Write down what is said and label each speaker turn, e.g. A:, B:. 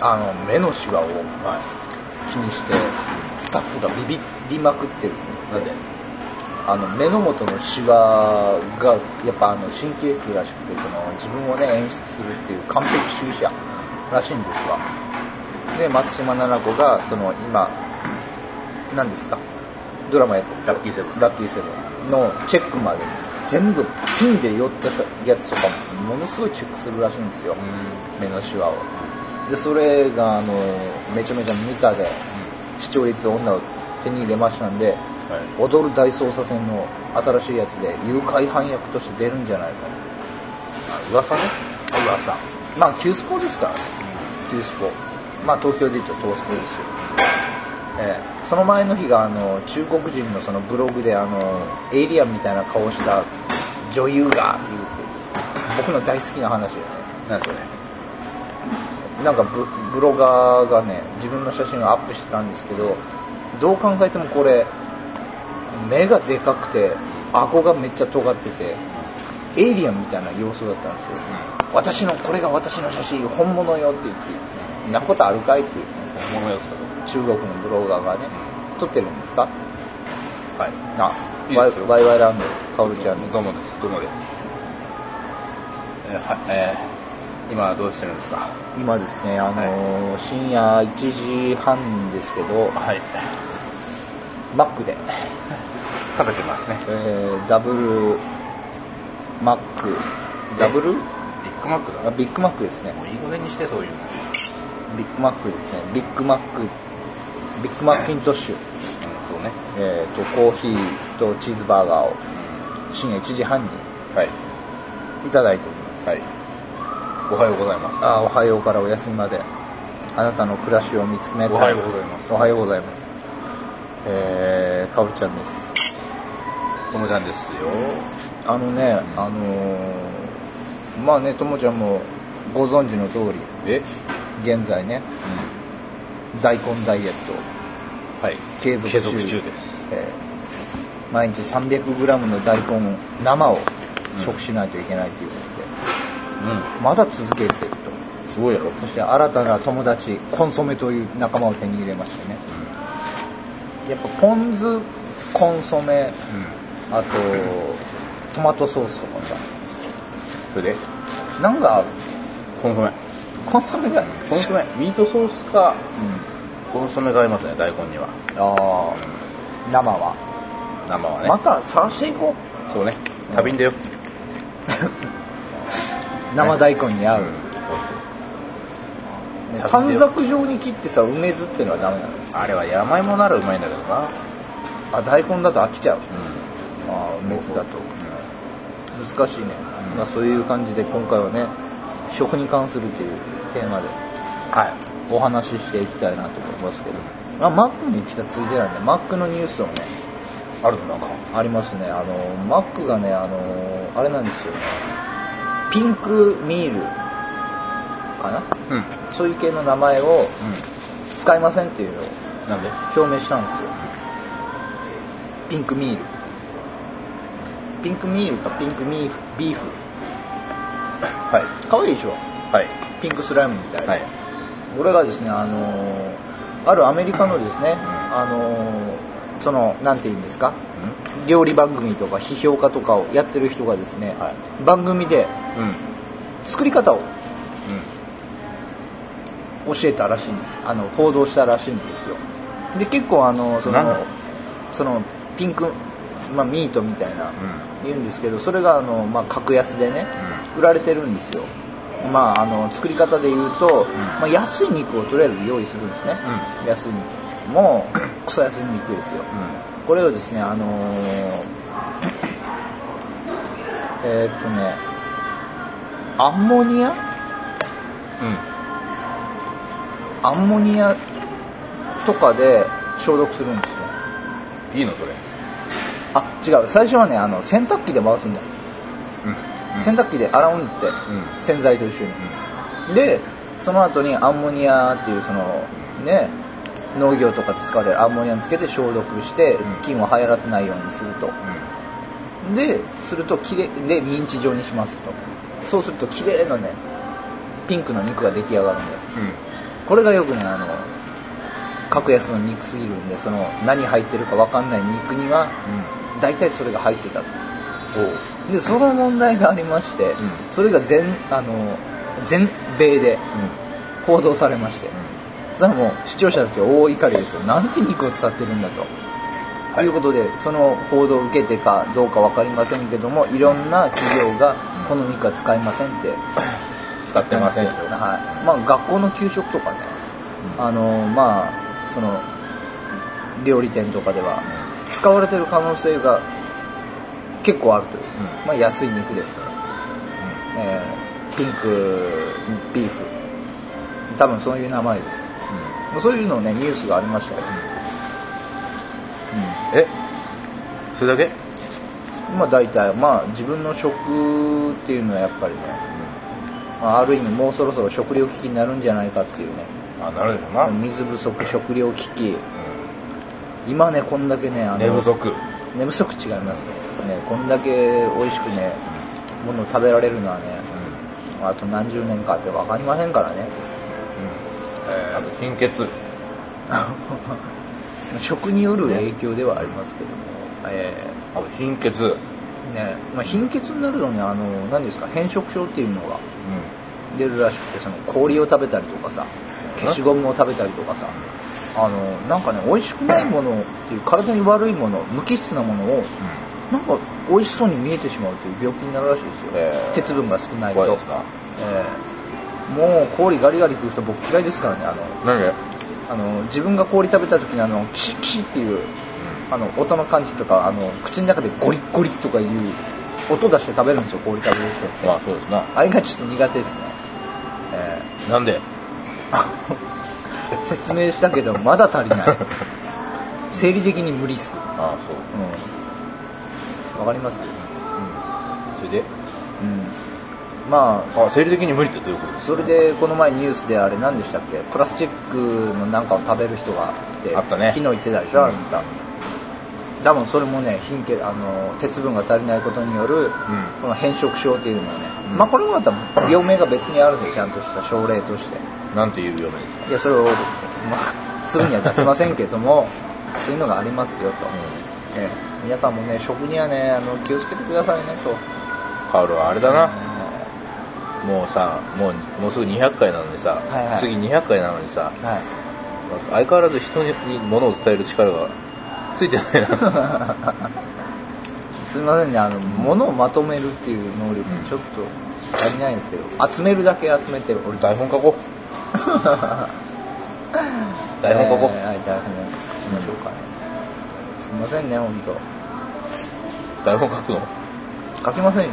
A: あの目のシワを気にしてスタッフがビビりまくってる
B: なんで
A: あの目の元のシワがやっぱあの神経質らしくてその自分をね演出するっていう完璧主義者らしいんですわで松島菜々子がその今何ですかドラマやってる
B: ラッキーセブン
A: ラッキーセブンのチェックまで全部ピンで寄ってたやつとかもものすごいチェックするらしいんですよ目のシワをでそれがあのめちゃめちゃ見たで視聴率女を手に入れましたんで
B: はい
A: 踊る大捜査線の新しいやつで誘拐犯役として出るんじゃないかな噂ね噂まあ旧スポですからね旧スポまあ東京で言うと東スポですよええその前の日があの中国人のそのブログであのエイリアンみたいな顔した女優がっていう僕の大好きな話よね
B: なんですよね
A: なんかブブロガーがね自分の写真をアップしてたんですけどどう考えてもこれ目がでかくて顎がめっちゃ尖っててエイリアンみたいな様子だったんですよ、私のこれが私の写真本物よって言って「んなことあるかい?」って言って
B: 本物のやつだと
A: 中国のブロガーがね撮ってるんですか
B: はい
A: あ
B: いい
A: ワイ
B: ですよ
A: ワイワイランドカオルちゃんです
B: どうもですどうもですえーはえー今どうしてるんですか
A: 今ですねあのー深夜1時半ですけど
B: はい
A: マックで
B: 食べてますね
A: えーダブルマックダブル
B: ビッグマックだ
A: あビッグマックですね
B: もういい加減にしてそういうの
A: ビッグマックですねビッグマックビッグマッキントッシュ、
B: うんそうね
A: えーとコーヒーとチーズバーガーを深夜1時半に
B: はい
A: いただいております
B: はいおはようございます
A: あーおはようからお休みまであなたの暮らしを見つめた
B: おはようございます
A: おはようございますえー、かおるちゃんです
B: ともちゃんですよ
A: あのね、あのーまあねともちゃんもご存知の通り
B: え
A: 現在ね大根ダイエット
B: はい
A: 継続中
B: 継続中です
A: えー毎日 300g の大根生を食しないといけないということ
B: う
A: で、まだ続けてる
B: んすごいやろ
A: とそして新たな友達コンソメという仲間を手に入れましてね、やっぱポン酢コンソメ
B: うん
A: あとトマトソースとかさ
B: それで
A: なんか合う
B: コンソメ
A: コンソメだよね
B: コンソメミートソースか
A: うん
B: コンソメが合いますね大根には
A: ああ生は、
B: 生はね
A: また探していこう
B: そうね旅んだよ
A: 生大根に合う、
B: そう
A: ね
B: 多分
A: 短
B: ね
A: 冊状に切ってさ梅酢ってのはダメなの
B: そうあれは山芋ならうまいんだけどな
A: あ大根だと飽きちゃう
B: う
A: あ梅酢だと
B: う
A: 難しいね、
B: うん
A: まあ、そういう感じで今回はね食に関するっていうテーマで
B: んはい
A: お話ししていきたいなと思いますけど、まあ、マックに来たついでなんでマックのニュースをね
B: あるのなんか
A: ありますねあのマックがねあのあれなんですよねピンクミールかな
B: うんうん
A: そういう系の名前を使いませんっていうのを
B: なんで
A: 表明したんですよピンクミールピンクミールかピンクミーフビーフ
B: はい
A: 可愛いでしょ
B: はい
A: ピンクスライムみたいな、
B: はい
A: 俺がですねあのーあるアメリカのですね、あのーそのなんて言うんですか料理番組とか批評家とかをやってる人がですね、
B: は
A: 番組で
B: うんうん
A: 作り方を教えたらしいんですあの報道したらしいんですよで結構あのそ
B: 何の
A: のそのピンク、まあ、ミートみたいな、
B: うん
A: 言うんですけどそれがあの、まあ、格安でね、売られてるんですよまああの作り方で言うと、まあ、安い肉をとりあえず用意するんですね、安い肉もうクソ安い肉ですよ
B: う
A: これをですねあのーえーっとねアンモニア
B: ん
A: アンモニアとかで消毒するんですよ
B: うんいいのそれ
A: あ違う最初はねあの洗濯機で回すんだ、
B: うん
A: 洗濯機で洗うんだって、
B: う
A: 洗剤と一緒に、でその後にアンモニアっていうそのね農業とかで使われるアンモニアにつけて消毒して
B: うん
A: 菌を流行らせないようにするとでするときれでミンチ状にしますとそうすると綺麗なねピンクの肉が出来上がるんだよ
B: うんうん
A: ここれがよくねあの格安の肉すぎるんでその何入ってるかわかんない肉には大体それが入ってたと
B: おう
A: でその問題がありまして、
B: ん
A: それが全あの全米で報道されまして、そしたらもう視聴者たちは大怒りですよなんて肉を使ってるんだと。
B: はい
A: ということでその報道を受けてかどうか分かりませんけどもいろんな企業がこの肉は使いませんって
B: 使ってませんよ
A: はいまあ、学校の給食とかね、あのまあその料理店とかでは使われてる可能性が結構あるという、
B: う
A: まあ、安い肉ですから、えーピンクビーフ多分そういう名前です、そういうのねニュースがありましたよ、
B: えそれだけ
A: まあ大体まあ自分の食っていうのはやっぱりね、まあ、ある意味もうそろそろ食糧危機になるんじゃないかっていうね
B: あなるでしょうな、うん
A: 水不足食糧危機今ねこんだけねあの
B: 寝不足
A: 寝不足違いますねねこんだけ美味しくねものを食べられるのはね、あと何十年かって分かりませんからね
B: えー、あと貧血
A: 食による影響ではありますけども、え
B: あと貧血うん
A: ーねまあ、貧血になるのにあの何ですか変色症っていうのが出るらしくてその氷を食べたりとかさ消しゴムを食べたりとかさあのなんかね美味しくないものっていう体に悪いもの無機質なものをなんか美味しそうに見えてしまうという病気になるらしいですよ、
B: えー
A: 鉄分が少ない
B: 怖い
A: と
B: ですか
A: えーもう氷ガリガリ食う人僕嫌いですからねあの
B: 何で
A: あの自分が氷食べた時にあのキシッキシッっていうあの音の感じとかあの口の中でゴリッゴリッとかいう音出して食べるんですよ氷食べる人って、
B: まあそうですな
A: あれがちょっと苦手ですね、えー
B: なんで
A: 説明したけどまだ足り ない生理的に無理っす
B: ああそ
A: う
B: う
A: んわかります
B: それで
A: うんま
B: あ生理的に無理ってどういうことで
A: あ
B: す
A: それでこの前ニュースであれ何でしたっけプラスチックのなんかを食べる人がいて
B: あったね
A: 昨日言ってたでしょ、あんた多分それもね貧血あの鉄分が足りないことによる、この変色症っていうのはね、
B: うん
A: まあこれもまた病名が別にあるんですよちゃんとした症例として
B: うんなんていう病名ですか
A: いやそれを、まあ、すぐには出せませんけどもそういうのがありますよと、ええ皆さんもね食にはねあの気をつけてくださいねと、
B: カオルはあれだ
A: え
B: なもうさもうもうすぐ200回なのにさ、
A: はいはい
B: 次200回なのにさ
A: えはい
B: 相変わらず人に物を伝える力がついてない な
A: すみませんねあの物をまとめるっていう能力ちょっと足りないんですけど集めるだけ集めて俺
B: 台本書こ う台本書こう、
A: ええはい台本書きましょうかね、すみませんね本
B: 台本書くの
A: 当書きませんよ